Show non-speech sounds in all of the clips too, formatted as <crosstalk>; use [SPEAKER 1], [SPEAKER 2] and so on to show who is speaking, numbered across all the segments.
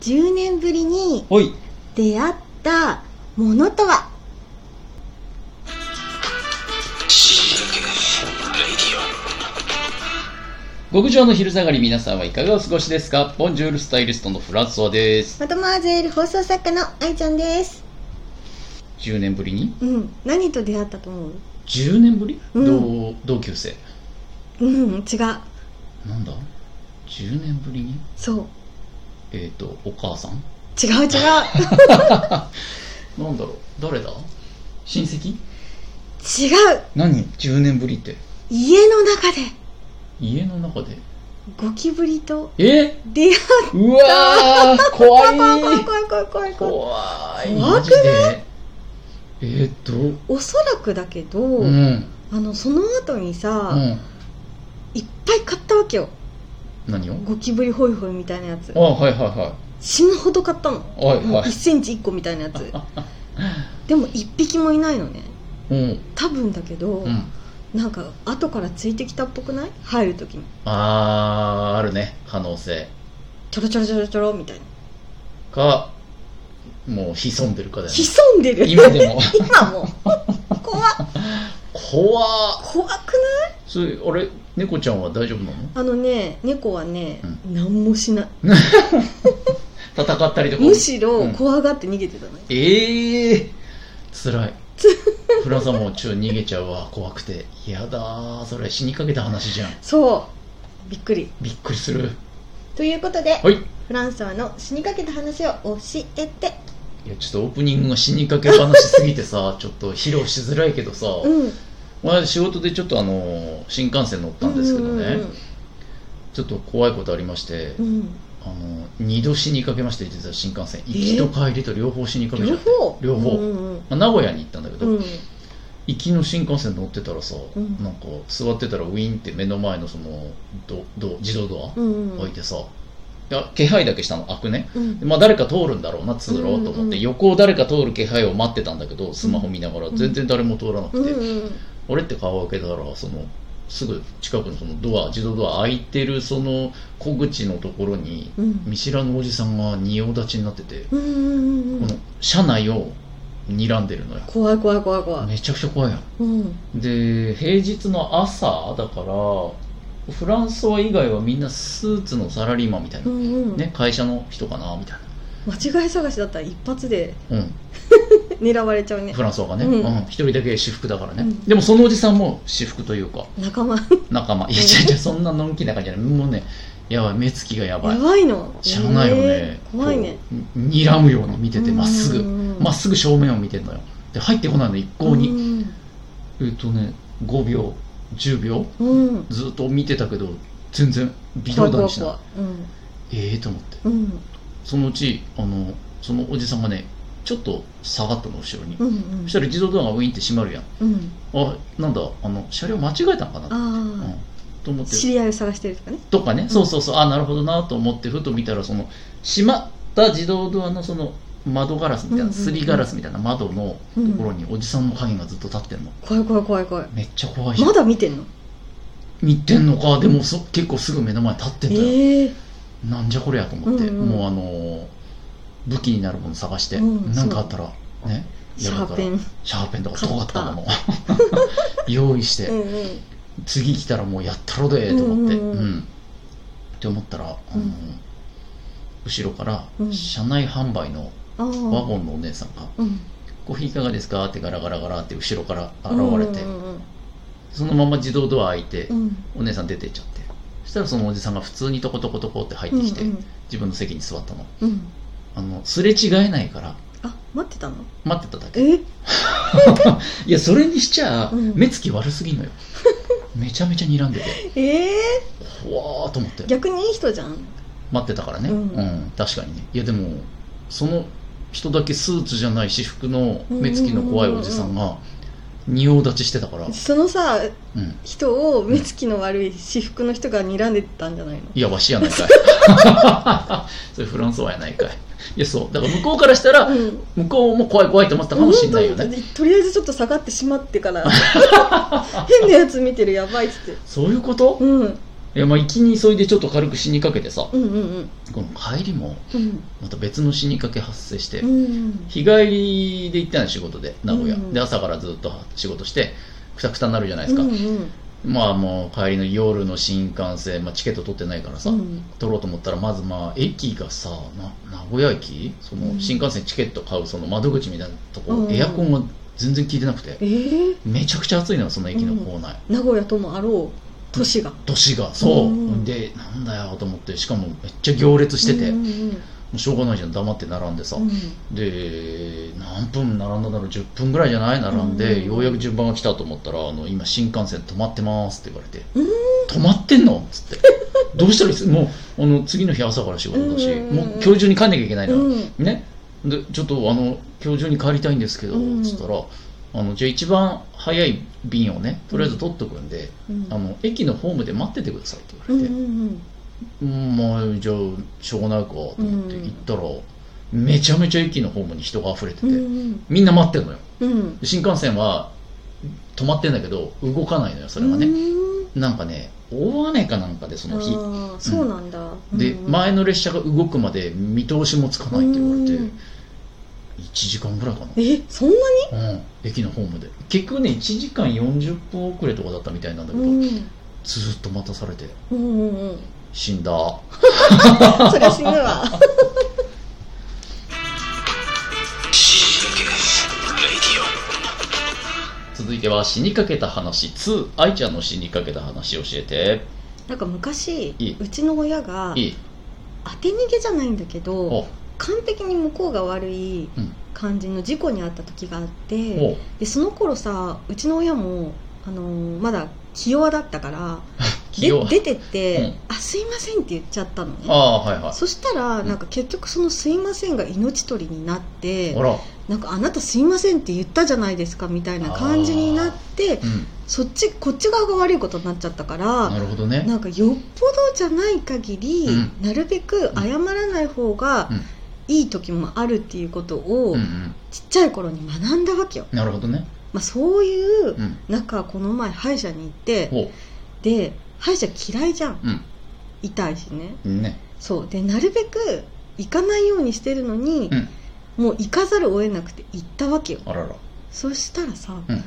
[SPEAKER 1] 10年ぶりに
[SPEAKER 2] ほい。
[SPEAKER 1] 出会ったものとは
[SPEAKER 2] 極上の昼下がり皆さんはいかがお過ごしですかボンジュールスタイリストのフランソワです。
[SPEAKER 1] まとマーゼール放送作家の愛ちゃんです
[SPEAKER 2] 10年ぶりに
[SPEAKER 1] うん何と出会ったと思う
[SPEAKER 2] ?10 年ぶり、
[SPEAKER 1] うん
[SPEAKER 2] 同同級生。
[SPEAKER 1] うん違う
[SPEAKER 2] なんだ ?10 年ぶりに
[SPEAKER 1] そう
[SPEAKER 2] えっ、と、お母さん
[SPEAKER 1] 違 <laughs> う違う
[SPEAKER 2] なんだろう誰だ親戚
[SPEAKER 1] 違う
[SPEAKER 2] 何 ?10 年ぶりって。
[SPEAKER 1] 家の中で
[SPEAKER 2] 家の中で。
[SPEAKER 1] ゴキブリと
[SPEAKER 2] え
[SPEAKER 1] 出会っ
[SPEAKER 2] う <laughs> わー怖
[SPEAKER 1] た怖い怖い怖
[SPEAKER 2] い
[SPEAKER 1] い怖い怖い怖い
[SPEAKER 2] 怖い。
[SPEAKER 1] 怖くない
[SPEAKER 2] マジでえっ、と、
[SPEAKER 1] おそらくだけど、
[SPEAKER 2] うん。
[SPEAKER 1] あのその後に
[SPEAKER 2] う
[SPEAKER 1] さ、
[SPEAKER 2] ん。
[SPEAKER 1] いっぱい買ったわけよ
[SPEAKER 2] 何を
[SPEAKER 1] ゴキブリホイホイみたいなやつ
[SPEAKER 2] あ、はいはいはい。
[SPEAKER 1] 死ぬほど買ったの
[SPEAKER 2] はい
[SPEAKER 1] もう
[SPEAKER 2] はい
[SPEAKER 1] 1。センチ1個みたいなや <laughs> つでも1匹もいないのね
[SPEAKER 2] うん。
[SPEAKER 1] 多分だけど、
[SPEAKER 2] うん。
[SPEAKER 1] なんか後からついてきたっぽくない入る時に
[SPEAKER 2] あー、あるね。可能性。
[SPEAKER 1] ちょろちょろちょろちょろみたいな
[SPEAKER 2] か、もう潜んでるかだよね。
[SPEAKER 1] 潜んでる
[SPEAKER 2] 今 <laughs> でも。
[SPEAKER 1] 今も怖っ
[SPEAKER 2] 怖っ。
[SPEAKER 1] 怖くない
[SPEAKER 2] それ、あれ、猫ちゃんは大丈夫なの
[SPEAKER 1] あのね猫はね、何もしない
[SPEAKER 2] 戦ったりとか。
[SPEAKER 1] むしろ
[SPEAKER 2] うん
[SPEAKER 1] 怖がって逃げてたのよ、
[SPEAKER 2] ええー、辛 <laughs> い。フラさんもちょ、逃げちゃうわ。怖くて。やだー。それ死にかけた話じゃん。
[SPEAKER 1] そうびっくり
[SPEAKER 2] びっくりする。
[SPEAKER 1] ということで、
[SPEAKER 2] はい。
[SPEAKER 1] フランソワの死にかけた話を教えて
[SPEAKER 2] いや、ちょっとオープニングが死にかけ話しすぎてさ、 <laughs> ちょっと披露しづらいけどさ、
[SPEAKER 1] うん
[SPEAKER 2] まあ仕事でちょっとあの、新幹線乗ったんですけどね。ちょっと怖いことありまして、
[SPEAKER 1] うんうんうん
[SPEAKER 2] あの2度死にかけまして実は新幹線行きと帰りと両方死にかけちゃ
[SPEAKER 1] 両
[SPEAKER 2] って、
[SPEAKER 1] 方
[SPEAKER 2] 両方
[SPEAKER 1] うんうん
[SPEAKER 2] まあ名古屋に行ったんだけど、
[SPEAKER 1] うん
[SPEAKER 2] 行きの新幹線乗ってたらさ、
[SPEAKER 1] うん
[SPEAKER 2] なんか座ってたらウィーンって目の前のそのどど自動ド
[SPEAKER 1] うんうん
[SPEAKER 2] ア開いてさ、いや気配だけしたの開くね
[SPEAKER 1] うん
[SPEAKER 2] でまあ、誰か通るんだろうな通路をと思って、
[SPEAKER 1] うんうん
[SPEAKER 2] 横を誰か通る気配を待ってたんだけどスマホ見ながら
[SPEAKER 1] うん
[SPEAKER 2] 全然誰も通らな
[SPEAKER 1] うん
[SPEAKER 2] く
[SPEAKER 1] う
[SPEAKER 2] て、
[SPEAKER 1] ん
[SPEAKER 2] 俺って顔を開けたらそのすぐ近くのそのドア自動ドア開いてるその小口のところに
[SPEAKER 1] うん
[SPEAKER 2] 見知らぬおじさんが仁王立ちになってて、
[SPEAKER 1] うんうんう
[SPEAKER 2] こ
[SPEAKER 1] ん
[SPEAKER 2] の車内を睨んでるのよ
[SPEAKER 1] 怖い怖い怖い怖い
[SPEAKER 2] めちゃくちゃ怖いやん
[SPEAKER 1] うん
[SPEAKER 2] で平日の朝だからフランスは以外はみんなスーツのサラリーマンみたい
[SPEAKER 1] うんう
[SPEAKER 2] な、
[SPEAKER 1] ん
[SPEAKER 2] ね、会社の人かなみたい
[SPEAKER 1] 間違い探しだったら一発で
[SPEAKER 2] な、うん、
[SPEAKER 1] 狙われちゃうね
[SPEAKER 2] フランスはね、
[SPEAKER 1] うん
[SPEAKER 2] うん一人だけ私服だからね、
[SPEAKER 1] うん
[SPEAKER 2] でもそのおじさんも私服というか
[SPEAKER 1] 仲間
[SPEAKER 2] 仲間いや
[SPEAKER 1] うん
[SPEAKER 2] 違う違うそんなのんきな感じじゃないもうねやばい目つきがやば
[SPEAKER 1] や
[SPEAKER 2] い
[SPEAKER 1] ばいの
[SPEAKER 2] 知らないよね、
[SPEAKER 1] えー怖いね
[SPEAKER 2] こうに睨むように見ててまっすぐまっ
[SPEAKER 1] す
[SPEAKER 2] すぐ正面を見てんのよで入ってこないの一向に、
[SPEAKER 1] に
[SPEAKER 2] えっとね5秒10秒
[SPEAKER 1] うん
[SPEAKER 2] ずっと見てたけど全然微
[SPEAKER 1] 怖い
[SPEAKER 2] 動
[SPEAKER 1] 怖い
[SPEAKER 2] だにしない
[SPEAKER 1] 怖いうん
[SPEAKER 2] ええと思って
[SPEAKER 1] うん
[SPEAKER 2] そのうちあのそのおじさんがねちょっと下がったの後ろに、
[SPEAKER 1] うん
[SPEAKER 2] そしたら自動ドアがウィンって閉まるやん
[SPEAKER 1] うんうん
[SPEAKER 2] あなんだあの車両間違えたんかな、うん
[SPEAKER 1] ああ、
[SPEAKER 2] と思って
[SPEAKER 1] 知り合いを探してるとかね
[SPEAKER 2] とかね、そうそうそうあなるほどなと思ってふと見たらその閉まった自動ドアのその窓ガラスみたいな、
[SPEAKER 1] うんうんうん
[SPEAKER 2] すりガラスみたいな窓の
[SPEAKER 1] うん
[SPEAKER 2] ところにおじさんの影がずっと立ってんの
[SPEAKER 1] 怖い怖い怖い怖い
[SPEAKER 2] めっちゃ怖いじゃん
[SPEAKER 1] まだ見てんの
[SPEAKER 2] 見てんのかでもそ結構すぐ目の前に立ってんだよ、
[SPEAKER 1] ええ
[SPEAKER 2] なんじゃこりゃと思って、
[SPEAKER 1] うんうん
[SPEAKER 2] もうあのー武器になるもの探して
[SPEAKER 1] うん
[SPEAKER 2] なんかあったらね
[SPEAKER 1] シ
[SPEAKER 2] や
[SPEAKER 1] ャ
[SPEAKER 2] るか
[SPEAKER 1] ー
[SPEAKER 2] ら
[SPEAKER 1] ペン
[SPEAKER 2] シャーペンとか
[SPEAKER 1] 買った
[SPEAKER 2] 尖ったもの <laughs> 用意して、
[SPEAKER 1] うんうん
[SPEAKER 2] 次来たらもうやったろでと思って、
[SPEAKER 1] う
[SPEAKER 2] うんん
[SPEAKER 1] うんうん
[SPEAKER 2] って思ったら、あのー
[SPEAKER 1] うん
[SPEAKER 2] 後ろから
[SPEAKER 1] うん
[SPEAKER 2] 車内販売の
[SPEAKER 1] ああ
[SPEAKER 2] ワゴンのお姉さんが
[SPEAKER 1] うん
[SPEAKER 2] 「コーヒーいかがですか?」ってガラガラガラって後ろから現れて、
[SPEAKER 1] うんうん
[SPEAKER 2] そのまま自動ドア開いて、
[SPEAKER 1] うん
[SPEAKER 2] お姉さん出てっちゃってそしたらそのおじさんが普通にトコトコトコって入ってきて、
[SPEAKER 1] うん
[SPEAKER 2] 自分の席に座ったの
[SPEAKER 1] うんうん
[SPEAKER 2] あのすれ違えないから
[SPEAKER 1] あ待ってたの
[SPEAKER 2] 待ってただけ
[SPEAKER 1] え
[SPEAKER 2] いやそれにしちゃ、
[SPEAKER 1] うん
[SPEAKER 2] 目つき悪すぎ
[SPEAKER 1] <laughs>
[SPEAKER 2] んのよめちゃめちゃ睨んでて
[SPEAKER 1] ええ
[SPEAKER 2] 怖ーと思って
[SPEAKER 1] 逆にいい人じゃん
[SPEAKER 2] 待ってたからね
[SPEAKER 1] う
[SPEAKER 2] うんん、確かにねいやでもその人だけスーツじゃない私服の目つきの怖いおじさんが仁王立ちしてたから、
[SPEAKER 1] そのさ
[SPEAKER 2] うん、
[SPEAKER 1] 人を目つきの悪い私服の人が睨んでたんじゃないの
[SPEAKER 2] いやわしやないかい <laughs> それフランスはやないかいいやそうだから向こうからしたら
[SPEAKER 1] うん
[SPEAKER 2] 向こうも怖い怖いと思ってたかもしれないよね、
[SPEAKER 1] うんととりあえずちょっと下が
[SPEAKER 2] <laughs>
[SPEAKER 1] ってしまってから変なやつ見てるやばいっつって
[SPEAKER 2] そういうこと
[SPEAKER 1] うん
[SPEAKER 2] いやまあ行きに急いでちょっと軽く死にかけてさ、
[SPEAKER 1] うんうん
[SPEAKER 2] この帰りも
[SPEAKER 1] うん
[SPEAKER 2] また別の死にかけ発生して、
[SPEAKER 1] うん
[SPEAKER 2] 日帰りで行ったの仕事で名古屋、
[SPEAKER 1] うん
[SPEAKER 2] で朝からずっと仕事してくたくたになるじゃないですか、
[SPEAKER 1] うんうん
[SPEAKER 2] まあもう帰りの夜の新幹線、まあ、チケット取ってないからさ、
[SPEAKER 1] うん
[SPEAKER 2] 取ろうと思ったらまずまあ駅がさな名古屋駅そうの
[SPEAKER 1] ん
[SPEAKER 2] 新幹線チケット買うその窓口みたいなとこ、
[SPEAKER 1] うん
[SPEAKER 2] エアコンが全然効いてなくて
[SPEAKER 1] えー、
[SPEAKER 2] めちゃくちゃ暑いのよその駅の構内、
[SPEAKER 1] 名古屋ともあろう都市が
[SPEAKER 2] 年がそう、
[SPEAKER 1] うん
[SPEAKER 2] でなんだよと思ってしかもめっちゃ行列してて、
[SPEAKER 1] う
[SPEAKER 2] も
[SPEAKER 1] んうん
[SPEAKER 2] うしょうがないじゃん黙って並んでさ、
[SPEAKER 1] うん
[SPEAKER 2] で何分並んだんだろう10分ぐらいじゃない並んで、
[SPEAKER 1] うん
[SPEAKER 2] ようやく順番が来たと思ったらあの今新幹線止まってますって言われて、
[SPEAKER 1] うん
[SPEAKER 2] 止まってんのっ
[SPEAKER 1] <laughs>
[SPEAKER 2] つってどうしたらいいですもうあの次の日朝から仕事だし、
[SPEAKER 1] うん
[SPEAKER 2] もう今日中に帰んなきゃいけないの、
[SPEAKER 1] うん
[SPEAKER 2] ねでちょっとあの今日中に帰りたいんですけど、
[SPEAKER 1] うん
[SPEAKER 2] つったらあのじゃあ一番早い便をねとりあえず取っとくんで、
[SPEAKER 1] うん
[SPEAKER 2] あの駅のホームで待っててくださいって
[SPEAKER 1] う
[SPEAKER 2] 言
[SPEAKER 1] ん
[SPEAKER 2] わ
[SPEAKER 1] うん
[SPEAKER 2] れて、うんまあじゃあしょうがないかと思って行ったら、めちゃめちゃ駅のホームに人が溢れてて、
[SPEAKER 1] うんうん
[SPEAKER 2] みんな待ってるのよ
[SPEAKER 1] うん
[SPEAKER 2] 新幹線は止まってんだけど動かないのよそれはね、なんかね大雨かなんかでその日、
[SPEAKER 1] ああそうなんだ、
[SPEAKER 2] で
[SPEAKER 1] うん
[SPEAKER 2] 前の列車が動くまで見通しもつかないって言われて、
[SPEAKER 1] うん
[SPEAKER 2] 1時間ぐらいかな
[SPEAKER 1] えそんなに
[SPEAKER 2] うん、駅のホームで結局ね1時間40分遅れとかだったみたいなんだけど、
[SPEAKER 1] うん
[SPEAKER 2] ずーっと待たされて
[SPEAKER 1] うんうん <laughs> うん
[SPEAKER 2] 死んだ
[SPEAKER 1] そりゃ死ぬわ
[SPEAKER 2] 続いては死にかけた話2愛ちゃんの死にかけた話教えて
[SPEAKER 1] なんか昔
[SPEAKER 2] いいう
[SPEAKER 1] ちの親が
[SPEAKER 2] いい
[SPEAKER 1] 当て逃げじゃないんだけど
[SPEAKER 2] お
[SPEAKER 1] 完璧に向こうが悪い
[SPEAKER 2] うん
[SPEAKER 1] 感じの事故に遭った時があって、
[SPEAKER 2] お
[SPEAKER 1] でその頃さうちの親も、あのーまだ気弱だったから
[SPEAKER 2] 器用
[SPEAKER 1] で出てって、
[SPEAKER 2] うん
[SPEAKER 1] あ「すいません」って言っちゃったの
[SPEAKER 2] あ
[SPEAKER 1] ね
[SPEAKER 2] あはいは
[SPEAKER 1] そしたら
[SPEAKER 2] うん
[SPEAKER 1] なんか結局その「すいません」が命取りになっ
[SPEAKER 2] い
[SPEAKER 1] て
[SPEAKER 2] ほら
[SPEAKER 1] 「なんかあなたすいません」って言ったじゃないですかみたいな感じになって
[SPEAKER 2] うん
[SPEAKER 1] そっちこっち側が悪いことになっちゃったから
[SPEAKER 2] なるほどね
[SPEAKER 1] なんかよっぽどじゃない限り、
[SPEAKER 2] うん
[SPEAKER 1] なるべく謝らない方が
[SPEAKER 2] うん
[SPEAKER 1] いい時もあるっていうことを、
[SPEAKER 2] うんうん
[SPEAKER 1] ちっちゃい頃に学んだわけよ。
[SPEAKER 2] なるほどね
[SPEAKER 1] まあ、そういう
[SPEAKER 2] うん
[SPEAKER 1] 中この前歯医者に行って
[SPEAKER 2] ほ
[SPEAKER 1] で歯医者嫌いじゃん
[SPEAKER 2] ううん
[SPEAKER 1] 痛いしね
[SPEAKER 2] ね
[SPEAKER 1] そうでなるべく行かないようにしてるのに
[SPEAKER 2] う、ん
[SPEAKER 1] もう行かざるを得なくて行ったわけよ
[SPEAKER 2] あらら
[SPEAKER 1] そしたらさ、
[SPEAKER 2] うん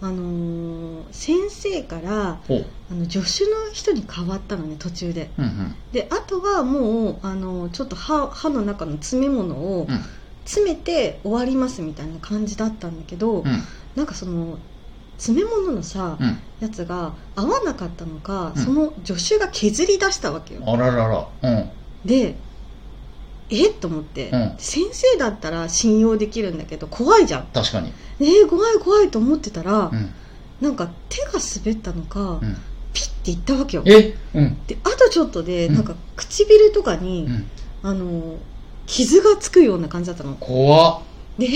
[SPEAKER 1] あのー先生から
[SPEAKER 2] ほう
[SPEAKER 1] あの助手の人に変わったのね途中で
[SPEAKER 2] うんうん
[SPEAKER 1] であとはもう、あのーちょっと歯歯の中の詰め物を
[SPEAKER 2] うん
[SPEAKER 1] 詰めて終わりますみたいな感じだったんだけど、
[SPEAKER 2] うん
[SPEAKER 1] なんかその詰め物のさ、
[SPEAKER 2] うん
[SPEAKER 1] やつが合わなかったのか、
[SPEAKER 2] うん
[SPEAKER 1] その助手が削り出したわけよ
[SPEAKER 2] あらららうん
[SPEAKER 1] でえっと思って、
[SPEAKER 2] うん
[SPEAKER 1] 先生だったら信用できるんだけど怖いじゃん
[SPEAKER 2] 確かに
[SPEAKER 1] えー、怖い怖いと思ってたら、
[SPEAKER 2] うん
[SPEAKER 1] なんか手が滑ったのか、
[SPEAKER 2] うん
[SPEAKER 1] ピッていったわけよ
[SPEAKER 2] えうん
[SPEAKER 1] であとちょっとで、
[SPEAKER 2] うん
[SPEAKER 1] なんか唇とかに、
[SPEAKER 2] うん
[SPEAKER 1] あのー傷がつくような感じだったの
[SPEAKER 2] 怖っ
[SPEAKER 1] でえ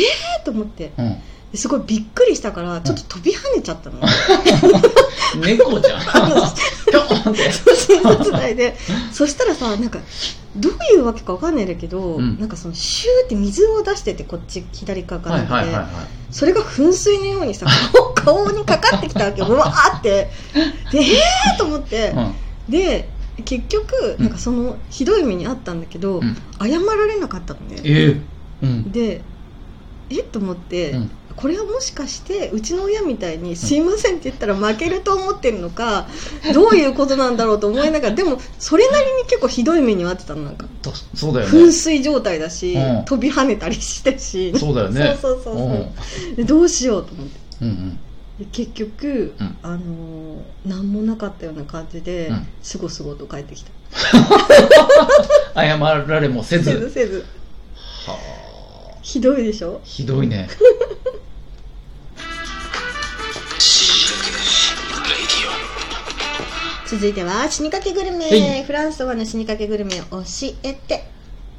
[SPEAKER 1] ー、と思って
[SPEAKER 2] うん
[SPEAKER 1] ですごいびっくりしたからちょっと飛び跳ねちゃった
[SPEAKER 2] <laughs>
[SPEAKER 1] の、<laughs>
[SPEAKER 2] 猫じゃんピョンって
[SPEAKER 1] 診察台でそしたらさなんかどういうわけかわかんないんだけど、
[SPEAKER 2] うん
[SPEAKER 1] なんかそのシューって水を出しててこっち左側から
[SPEAKER 2] はい
[SPEAKER 1] で、
[SPEAKER 2] はいはいは
[SPEAKER 1] それが噴水のようにさ顔顔にかかってきた
[SPEAKER 2] <laughs>
[SPEAKER 1] わけようわーってでえーと思って
[SPEAKER 2] い、うん
[SPEAKER 1] で結局
[SPEAKER 2] うん
[SPEAKER 1] なんかそのひどい目にあったんだけど、
[SPEAKER 2] うん
[SPEAKER 1] 謝られなかったのね
[SPEAKER 2] えーうん
[SPEAKER 1] でえっと思って、
[SPEAKER 2] うん
[SPEAKER 1] これはもしかしてうちの親みたいに「すいません」って言ったら負けると思ってるのかどういうことなんだろうと思いなが
[SPEAKER 2] <laughs>
[SPEAKER 1] らでもそれなりに結構ひどい目に遭ってたのなんか
[SPEAKER 2] とそうだよ
[SPEAKER 1] 噴
[SPEAKER 2] ね
[SPEAKER 1] 水状態だし、
[SPEAKER 2] うん
[SPEAKER 1] 飛び跳ねたりしてし
[SPEAKER 2] そうだよね
[SPEAKER 1] そうそうそううんそうでどうしようと思って
[SPEAKER 2] うんうん
[SPEAKER 1] で結局、
[SPEAKER 2] うん
[SPEAKER 1] あのー何もなかったような感じで、
[SPEAKER 2] うん
[SPEAKER 1] すごすごと帰ってきた
[SPEAKER 2] 謝られもせ
[SPEAKER 1] せ
[SPEAKER 2] ず
[SPEAKER 1] ずせず
[SPEAKER 2] はあ
[SPEAKER 1] ひどいでしょ
[SPEAKER 2] ひどいね
[SPEAKER 1] 続いては死にかけグル
[SPEAKER 2] は
[SPEAKER 1] メフランスはの死にかけグルメを教えて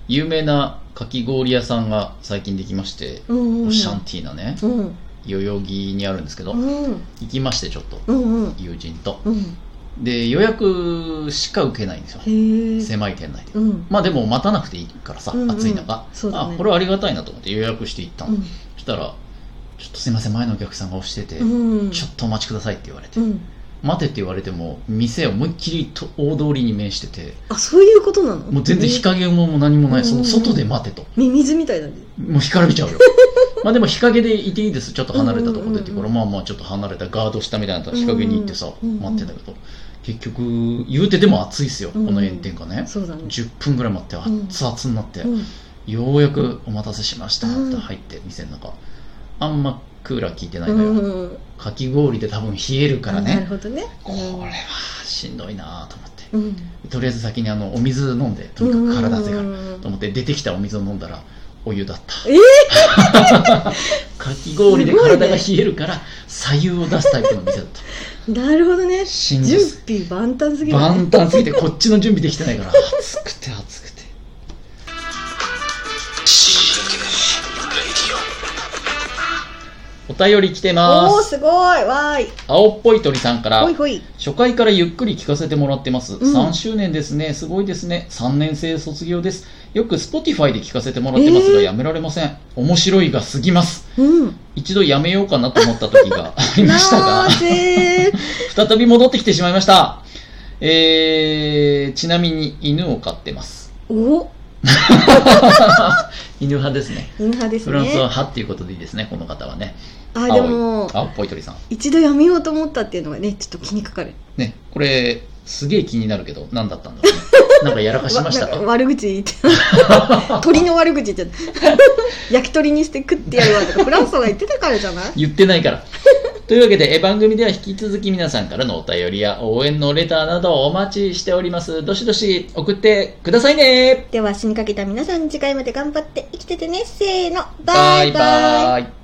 [SPEAKER 2] 有名なかき氷屋さんが最近できまして、
[SPEAKER 1] うんうん
[SPEAKER 2] シャンティーなね
[SPEAKER 1] うん
[SPEAKER 2] 代々木にあるんですけど、
[SPEAKER 1] うん
[SPEAKER 2] 行きましてちょっと
[SPEAKER 1] うんうん
[SPEAKER 2] 友人と
[SPEAKER 1] うん
[SPEAKER 2] で予約しか受けないんですよ
[SPEAKER 1] へえ
[SPEAKER 2] 狭い店内で
[SPEAKER 1] うん
[SPEAKER 2] まあでも待たなくていいからさ、
[SPEAKER 1] うんうん
[SPEAKER 2] 暑い中
[SPEAKER 1] そうだね
[SPEAKER 2] あこれはありがたいなと思って予約して行った
[SPEAKER 1] う
[SPEAKER 2] の、
[SPEAKER 1] ん
[SPEAKER 2] そしたら「ちょっとすいません前のお客さんが押してて、
[SPEAKER 1] うん
[SPEAKER 2] ちょっとお待ちください」って言われて、
[SPEAKER 1] うん
[SPEAKER 2] 待てって言われても店思いっきりと大通りに面してて
[SPEAKER 1] あそういうことなの
[SPEAKER 2] もう全然日陰も何もないその外で待てと
[SPEAKER 1] ミミズみたいなんで
[SPEAKER 2] もう干からび
[SPEAKER 1] <laughs>
[SPEAKER 2] ちゃうよまあでも日陰でいていいですちょっと離れたとこでっていうから、
[SPEAKER 1] うんうん
[SPEAKER 2] まあまあちょっと離れたガード下みたいなとこ日陰に行ってさ、
[SPEAKER 1] うんうん
[SPEAKER 2] 待ってんだけど結局言うてでも暑いっすよ、
[SPEAKER 1] うんうん
[SPEAKER 2] この炎天下ね
[SPEAKER 1] そうだね、
[SPEAKER 2] 10分ぐらい待って
[SPEAKER 1] ん
[SPEAKER 2] 熱々になって、
[SPEAKER 1] うん、
[SPEAKER 2] ようやくお待たせしました
[SPEAKER 1] うん
[SPEAKER 2] って入って店の中あんまクーラー効いてないのよ、
[SPEAKER 1] うんうん
[SPEAKER 2] かき氷で多分冷えるから
[SPEAKER 1] なる
[SPEAKER 2] ね
[SPEAKER 1] ほどね
[SPEAKER 2] これはしんどいなと思って
[SPEAKER 1] うん
[SPEAKER 2] とりあえず先にあのお水飲んでとにかく体ぜか
[SPEAKER 1] う
[SPEAKER 2] ら
[SPEAKER 1] ん
[SPEAKER 2] と思って出てきたお水を飲んだらお湯だった
[SPEAKER 1] え
[SPEAKER 2] <laughs> かき氷で体が冷えるから左右を出すタイプの店だっ
[SPEAKER 1] なるほどね
[SPEAKER 2] たしんどい
[SPEAKER 1] 準
[SPEAKER 2] っす
[SPEAKER 1] 備万端すぎるね
[SPEAKER 2] 万端すぎてこっちの準備できてないから暑くて暑くてお便り来てま
[SPEAKER 1] おおー
[SPEAKER 2] す
[SPEAKER 1] すごいわーい
[SPEAKER 2] 青っぽい鳥さんから
[SPEAKER 1] ほいほい
[SPEAKER 2] 初回からゆっくり聞かせてもらってます、
[SPEAKER 1] うん
[SPEAKER 2] 3周年ですねすごいですね3年生卒業ですよく Spotify で聞かせてもらってますが、
[SPEAKER 1] えー
[SPEAKER 2] やめられません面白いが過ぎます
[SPEAKER 1] うんな
[SPEAKER 2] 一度やめようかなと思った時
[SPEAKER 1] <laughs>
[SPEAKER 2] がありましたが
[SPEAKER 1] ぜ
[SPEAKER 2] 再び戻ってきてしまいました。えー、ちなみに犬を飼ってます。
[SPEAKER 1] ーお
[SPEAKER 2] 犬派ですね。
[SPEAKER 1] 犬派です
[SPEAKER 2] フランスは
[SPEAKER 1] ね
[SPEAKER 2] 派っていうことでいいですね、この方はね。
[SPEAKER 1] あでも
[SPEAKER 2] 青っぽい鳥さん。
[SPEAKER 1] 一度やめようと思ったっていうのがねちょっと気にかかる
[SPEAKER 2] ね、これ、すげえ気になるけど、何だったんだろ
[SPEAKER 1] <laughs>
[SPEAKER 2] うね。なんかやらかしました
[SPEAKER 1] わなん
[SPEAKER 2] か
[SPEAKER 1] か悪口言
[SPEAKER 2] <laughs>
[SPEAKER 1] って鳥の悪口言っちゃった <laughs> 焼き鳥にして食ってやるわとかフランソが言ってたからじゃ
[SPEAKER 2] <laughs>
[SPEAKER 1] ない
[SPEAKER 2] 言ってないから。というわけで、え番組では引き続き皆さんからのお便りや応援のレターなどお待ちしております。どしどし送ってくださいね
[SPEAKER 1] では死にかけた皆さん次回まで頑張って生きててねせーの
[SPEAKER 2] バ
[SPEAKER 1] バイバイ
[SPEAKER 2] イバイ